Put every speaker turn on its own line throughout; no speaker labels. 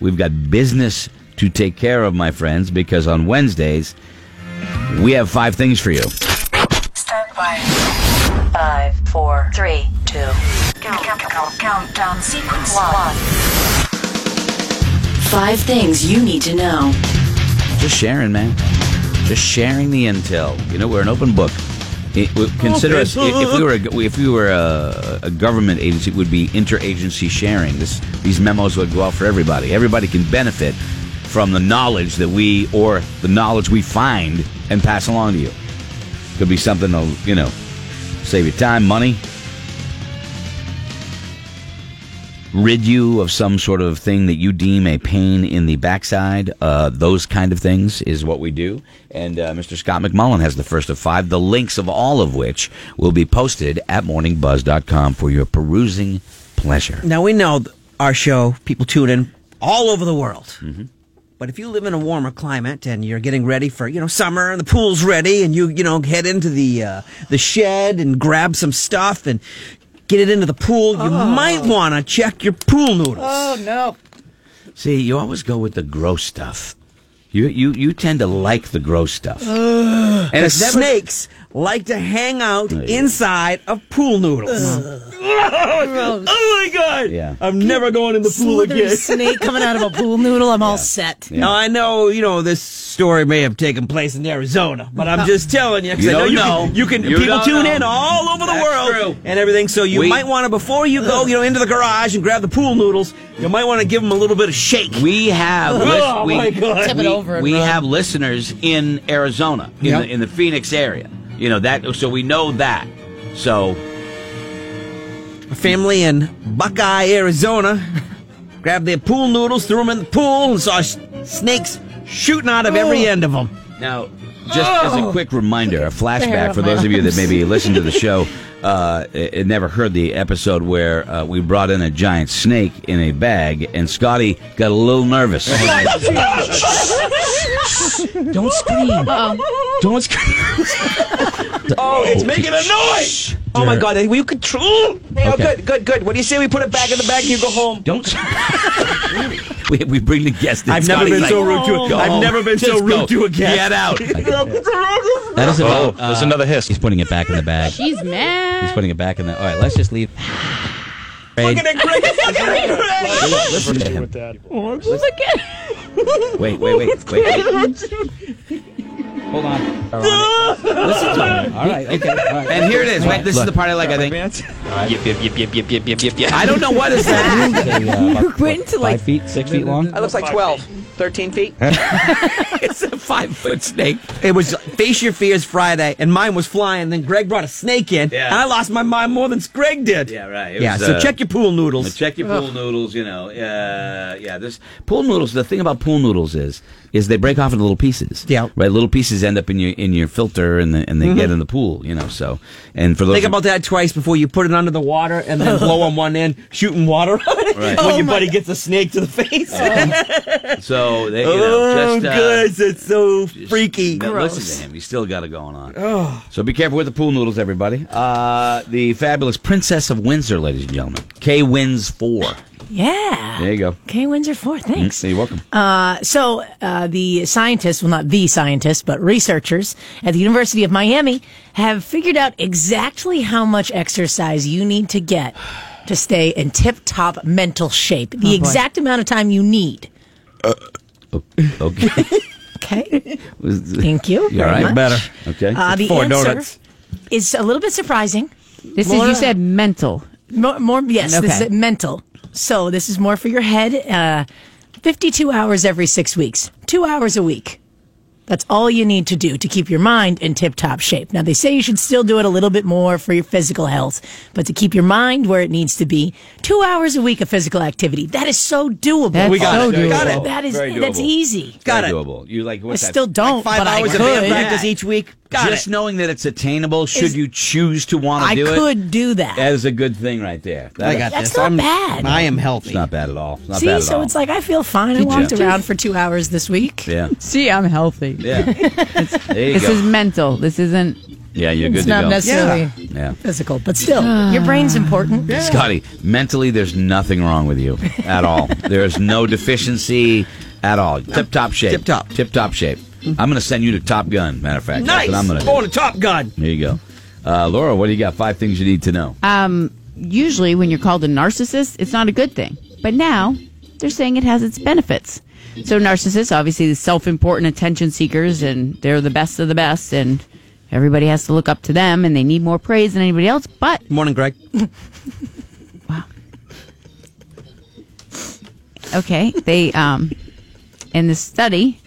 We've got business to take care of, my friends, because on Wednesdays, we have five things for you.
Start by five, four, three, two. Count, count, count, countdown sequence one. Five things you need to know.
Just sharing, man. Just sharing the intel. You know, we're an open book. It- we- consider
Okay.
us i- if we were a, if we were a, a government agency, it would be interagency sharing. This these memos would go out for everybody. Everybody can benefit from the knowledge that we or the knowledge we find and pass along to you. Could be something to you know save you time, money, rid you of some sort of thing that you deem a pain in the backside. Uh, those kind of things is what we do. And uh, Mr. Scott McMullen has the first of five, the links of all of which will be posted at morningbuzz.com for your perusing pleasure.
Now we know th- our show people tune in all over the world. But if you live in a warmer climate and you're getting ready for you know summer and the pool's ready and you you know head into the uh, the shed and grab some stuff and get it into the pool, you might want to check your pool noodles.
Oh no.
See, you always go with the gross stuff. You, you, you tend to like the gross stuff. and
The
it's never-
snakes like to hang out inside of pool noodles. Oh my god!
Yeah.
I'm never going in the pool
Slithery
again.
snake coming out of a pool noodle. I'm all set.
Yeah.
Now I know you know this story may have taken place in Arizona, but I'm just telling you. 'cause
You
I know
don't
you
know.
Can, you can
You
people
don't
tune
know.
in all over the
That's
world
true.
and everything, so you
We-
might want to before you go, you know, into the garage and grab the pool noodles. You might want to give them a little bit of shake.
We have
Oh,
we,
my God.
Tip it
we,
over and
we
run.
have listeners in Arizona, in,
Yep.
the, in the Phoenix area. You know that, so we know that. So
A family in Buckeye, Arizona, grabbed their pool noodles, threw them in the pool, and saw s- snakes shooting out of
Oh.
every end of them.
now, just as a quick reminder, a
hair
flashback
on
for
my
those of you that maybe listened to the show uh, and never heard the episode where uh, we brought in a giant snake in a bag, and Scotty got a little nervous.
Don't scream.
Don't scream.
Oh, it's making a noise! Oh my god, will you control? Yeah,
Okay.
good, good, good. What do you say we put it back in the bag and you go home?
Don't. sc- we, we bring the guest. In.
I've never
Scotty's
been
like,
so rude to a
"Go home.
I've never been so
Just
rude
go.
to a guest.
Get out. That is
Oh,
about.
there's
uh,
another hiss.
He's putting it back in the bag.
She's
He's
mad.
putting it back in the. All right, let's just leave. Wait, listen to him. Wait, wait, wait, wait. Hold on. Listen to him. All right, okay. All right. And here it is. Wait, this is the part I like. I think.
Yep, yep, yep, yep, yep, yep, yep, yep, yep.
I don't know what is that.
You went to like
Five feet, six feet long.
It looks like 12, 13 feet.
It's a five foot snake.
It was Face Your Fears Friday, and mine was flying. Then Greg brought a snake in,
Yeah.
and I lost my mind more than Greg did.
Yeah, right. It
yeah,
was,
so
uh,
check your pool noodles.
Check your pool noodles. You know, uh, yeah. This pool noodles. The thing about pool noodles is, is they break off into little pieces.
Yeah. Mm-hmm.
Right. Little pieces end up in your in your filter, and the, and they get in the pool. You know. So, and for those
Think
who-
about that twice before you put it under the water and then blow on one end, shooting water on it.
Right.
Oh
When your buddy gets a snake to the face.
so they, you know,
oh,
just uh,
good. It's so
just-
freaky.
no, Listen to him. He's still got it going on. So be careful with the pool noodles, everybody. Uh, the fabulous Princess of Windsor, ladies and gentlemen. K wins four.
Yeah.
There you go. Mm,
Okay, wins are four. Thanks.
So you're welcome.
So, uh, the scientists, well, not the scientists, but researchers at the University of Miami have figured out exactly how much exercise you need to get to stay in tip top mental shape,
Oh,
the exact amount of time you need.
Okay.
Okay. Thank you.
You all
very
right?
much.
Better. Okay.
Uh, the
Four
answer
donuts.
is a little bit surprising.
This is you said mental.
More, more yes, this
Okay.
is mental. So this is more for your head. Uh, Fifty-two hours every six weeks, two hours a week. That's all you need to do to keep your mind in tip-top shape. Now they say you should still do it a little bit more for your physical health, but to keep your mind where it needs to be, two hours a week of physical activity—that is so doable.
That's We got so it. doable.
Got it.
That is
Very
that's
doable.
easy.
Got
Very
it.
doable. You like
I
what's that?
still don't,
Five
but
hours
I
of
could.
band practice each week. Got
just
it.
knowing that it's attainable, should
Is-
you choose to want to
I
do
could
it,
do that.
that is a good thing right there. That
I
is-
got
That's
this.
not
I'm,
bad.
I am healthy.
It's not bad at all. It's not bad
See,
at
so
all.
it's like I feel fine. I walked
just-
around for two hours this week.
yeah,
See, I'm healthy.
yeah. there you
This
go.
is mental. This isn't
Yeah, you're good
it's
to
not
go.
necessarily
Yeah.
physical, but still, your brain's important.
Scotty, mentally, there's nothing wrong with you at all. there's no deficiency at all. Tip top shape.
Tip top.
Tip top shape. I'm going to send you to Top Gun, matter of fact. That's
Nice.
what I'm going to
Going
do.
to Top Gun.
There you go. Uh, Laura, what do you got? Five things you need to know.
Uh,
um, Usually, when you're called a narcissist, it's not a good thing. But now they're saying it has its benefits. So, narcissists, obviously, the self important attention seekers, and they're the best of the best, and everybody has to look up to them, and they need more praise than anybody else. But
Morning, Greg.
Okay. They um in the study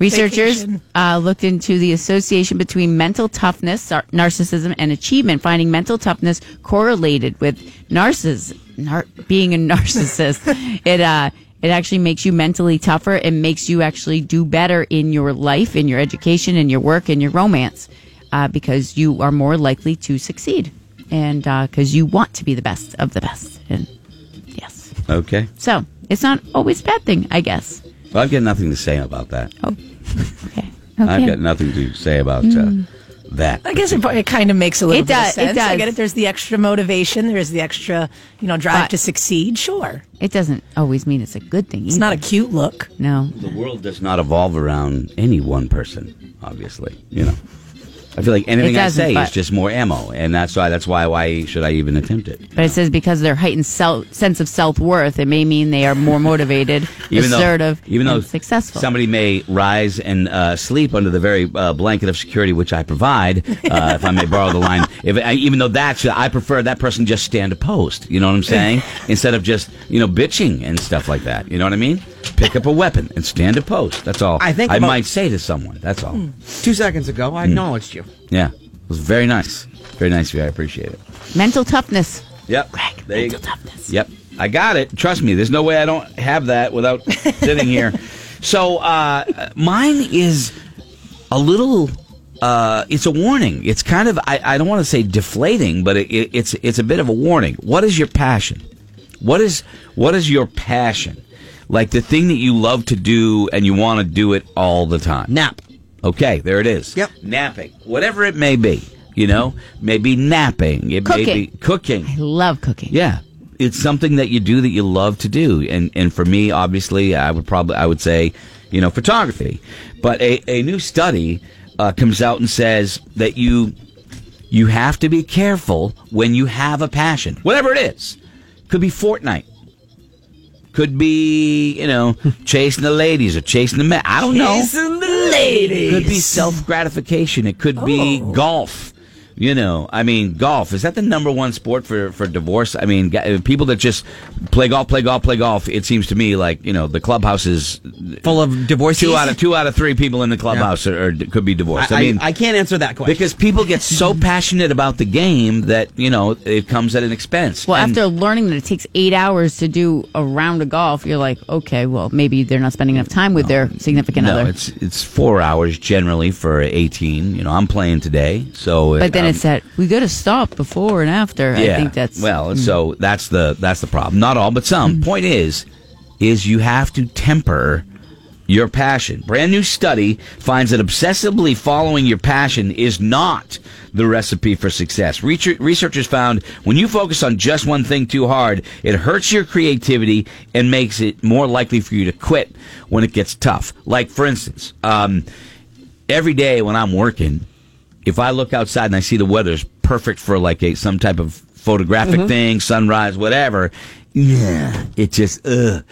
researchers
Vacation.
uh, looked into the association between mental toughness, sar- narcissism and achievement, finding mental toughness correlated with narciss nar- being a narcissist. it uh it actually makes you mentally tougher. It makes you actually do better in your life, in your education, in your work, in your romance, uh, because you are more likely to succeed, and because you want to be the best of the best. And yes,
Okay.
so it's not always a bad thing, I guess.
Well, I've got nothing to say about that.
Okay.
I've
Okay. Hmm.
got nothing to say about uh, that.
I guess it, pro- it kind of makes a little
It
bit
does, it
of sense. I
does.
get it. There's the extra motivation. There's the extra, you know, drive
But-
to succeed. Sure,
it doesn't always mean it's a good thing.
it's not a cute look.
no.
The world does not evolve around any one person, obviously. You know, I feel like anything I
doesn't,
say is
but-
just more ammo, and that's why that's why why should I even attempt it?
But it says because of their heightened self, sense of self worth, it may mean they are more motivated, assertive,
even though
and successful.
somebody may rise and uh, sleep under the very uh, blanket of security which I provide, uh, if I may borrow the line. If I, even though that's, I prefer that person just stand a post. You know what I'm saying? Instead of just you know bitching and stuff like that. You know what I mean? Pick up a weapon and stand a post. That's all.
I think
I
about- Hmm.
might say to someone. That's all.
Two seconds ago,
Hmm.
I acknowledged you.
Yeah, it was very nice. Very nice of you. I appreciate it.
mental toughness.
Yep.
Greg,
There you
mental
go.
toughness.
Yep. I got it. Trust me. There's no way I don't have that without sitting here. So uh, mine is a little. Uh, it's a warning. It's kind of I, I don't want to say deflating, but it, it, it's it's a bit of a warning. What is your passion? What is what is your passion? Like the thing that you love to do and you want to do it all the time.
Nap.
Okay, there it is.
Yep.
Napping, whatever it may be. You know, maybe napping. It may be
Cooking.
cooking.
I love cooking.
Yeah. It's something that you do that you love to do. And and for me, obviously, I would probably I would say, you know, photography. But a, a new study uh, comes out and says that you you have to be careful when you have a passion. Whatever it is. Could be Fortnite. Could be, you know, chasing the ladies or chasing the men. I don't know.
the lady.
It could be self gratification. It could be
Oh.
golf. You know, I mean, golf is that the number one sport for for divorce? I mean, ga- people that just play golf, play golf, play golf. It seems to me like you know the clubhouse is
Full of divorces.
two out of two out of three people in the clubhouse are, are could be divorced.
I,
I,
I,
mean.
I can't answer that question.
because people get so passionate about the game that you know it comes at an expense.
Well,
And-
after learning that it takes eight hours to do a round of golf, you're like, okay, well, maybe they're not spending enough time with their significant
no,
other.
it's it's four hours generally for eighteen. You know, I'm playing today, so
but
um,
then it's that we got to stop before and after. I think that's hmm.
well. So that's the that's the problem. Not all, but some. Point is, is you have to temper your passion. Brand new study finds that obsessively following your passion is not the recipe for success. Research- Researchers found when you focus on just one thing too hard, it hurts your creativity and makes it more likely for you to quit when it gets tough. Like for instance, um, every day when I'm working, if I look outside and I see the weather's perfect for like a some type of photographic thing, sunrise, whatever, yeah, it just ugh,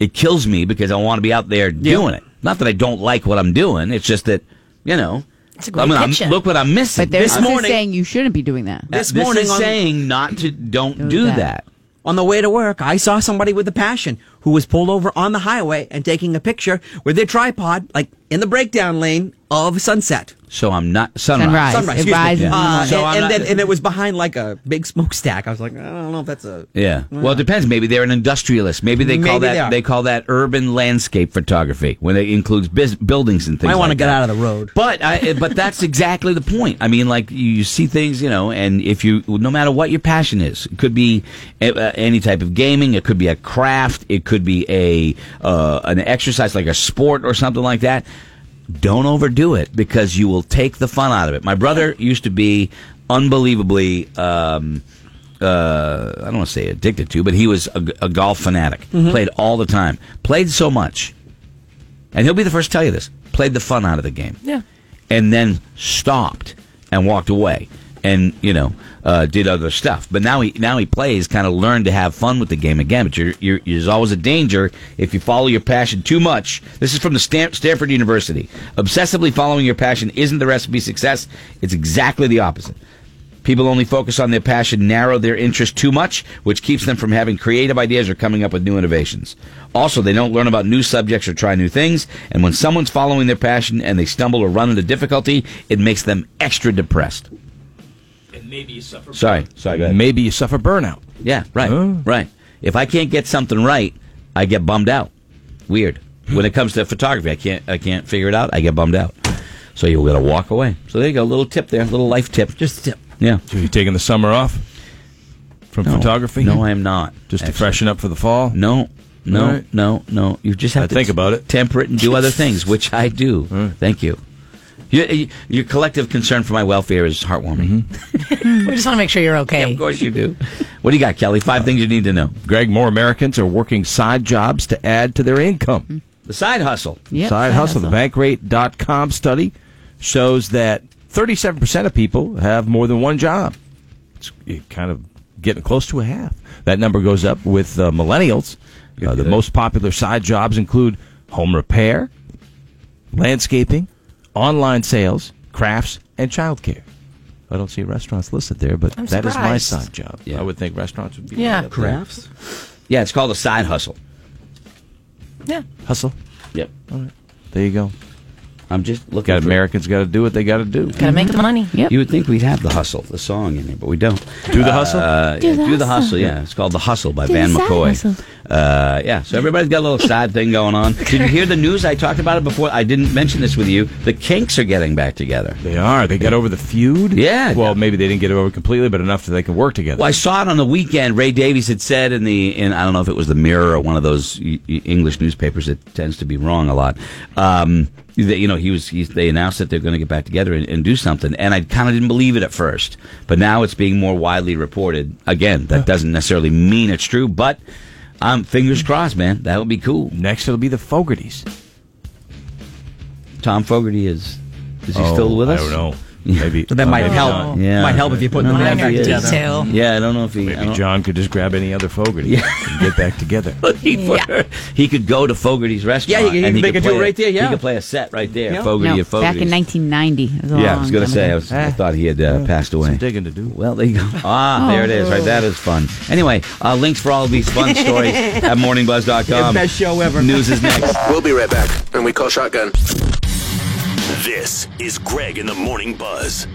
it kills me because I want to be out there doing it. Not that I don't like what I'm doing, it's just that you know,
It's a great
I mean, I'm-
picture.
look what I'm missing.
But there's
This
this
morning-
saying you shouldn't be doing that.
this,
this morning
is
on-
saying not to don't
Do
do
that.
that.
On the way to work, I saw somebody with a passion who was pulled over on the highway and taking a picture with their tripod, like in the breakdown lane of sunset.
So I'm not sunrise.
Sunrise.
Sunrise,
It
excuse me.
rises in the
Yeah.
Uh,
morning.
So I'm
and, and
not-
then and it was behind like a big smokestack. I was like, I don't know if that's a
Yeah. Well, it depends. Maybe they're an industrialist. Maybe they call
Maybe
that
they are.
they, call that urban landscape photography when it includes bus buildings and things.
I
want
wanna get out of the road.
But I, eh, but that's exactly the point. I mean, like you, you see things, you know, and if you no matter what your passion is, it could be a, uh, any type of gaming. It could be a craft. It could be a uh, an exercise like a sport or something like that. don't overdo it because you will take the fun out of it. My brother used to be unbelievably. Um, uh, I don't want to say addicted to, but he was a, a golf fanatic. Played all the time. Played so much, and he'll be the first to tell you this. Played the fun out of the game.
Yeah.
And then stopped and walked away, and you know uh, did other stuff. But now he now he plays, kind of learned to have fun with the game again. But you're, you're, there's always a danger if you follow your passion too much. This is from the Stan- Stanford University. Obsessively following your passion isn't the recipe to success. It's exactly the opposite. People only focus on their passion, narrow their interest too much, which keeps them from having creative ideas or coming up with new innovations. Also, they don't learn about new subjects or try new things, and when someone's following their passion and they stumble or run into difficulty, it makes them extra depressed.
And maybe you suffer.
Sorry, sorry, go ahead.
Maybe you suffer burnout.
Yeah, right,
Oh.
right. If I can't get something right, I get bummed out. Weird. When it comes to photography, I can't, I can't figure it out. I get bummed out. So you gotta walk away. So there you go, little tip there, little life tip.
Just a tip.
yeah.
So you taking the summer off from
No.
photography?
No, I am not.
Just to
actually.
freshen up for the fall?
No, no,
All right.
no, no. You just have
I
to
think
t-
about it.
temper it, and do other things, which I do. Thank you. Your, your collective concern for my welfare is heartwarming.
Mm-hmm.
We just want to make sure you're okay.
Of course you do. What do you got, Kelly? Five things you need to know.
Greg, more Americans are working side jobs to add to their income.
The side hustle.
Yep,
side hustle. The bankrate.com study shows that 37% of people have more than one job. It's it kind of getting close to a half. That number goes up with uh, millennials. Uh, the most popular side jobs include home repair, landscaping, online sales, crafts, and childcare. I don't see restaurants listed there, but
I'm
that is my
surprised.
side job.
Yeah.
I would think restaurants would be
Yeah.
right up there.
Crafts.
Yeah, it's called a side hustle.
Yeah.
hustle.
Yep.
There you go.
I'm just looking
Got
for-
Americans got to do what they got to do.
Gotta make the money.
Yep.
You would think we'd have the hustle, the song in there, but we don't.
Do the hustle.
Uh, do, yeah, the do the hustle, yeah. It's called The Hustle by Van
the side
McCoy.
hustle.
Uh, yeah, so everybody's got a little side thing going on. Did you hear the news? I talked about it before. I didn't mention this with you. The Kinks are getting back together.
They are. They got over the feud.
Yeah.
Well, maybe they didn't get over it completely, but enough that they can work together.
Well, I saw it on the weekend. Ray Davies had said in the in I don't know if it was the Mirror or one of those y- y- English newspapers that tends to be wrong a lot. Um, that, you know, he was he's, they announced that they're going to get back together and, and do something, and I kind of didn't believe it at first, but now it's being more widely reported. Again, that doesn't necessarily mean it's true, but um, fingers crossed, man. That would be cool.
Next, it'll be the Fogartys.
Tom Fogarty is is he still with us?
Oh, I don't know. Maybe
So that
uh,
might
maybe
help.
John.
Yeah,
might help if you put the
Maybe
man back
he is.
together.
Detail.
Yeah, I don't know if he. I
Maybe
don't-
John could just grab any other Fogarty and get back together.
looking for. He could go to Fogarty's restaurant.
Yeah, he- he-
and
they could
play
do it right there, yeah.
he could play a set right there.
Yeah.
Fogarty
No,
and Fogarty.
back in 1990. It a
yeah, I
long
was going to
time
say.
ago.
I, was, I thought he had uh, passed away.
Some digging to do.
Well, there you go.
Oh,
Ah, there it is. Right, that is fun. Anyway, uh, links for all of these fun stories at morningbuzz.com.
Best show ever.
News is next.
We'll be right back, and we call shotgun.
This is Greg in the Morning Buzz.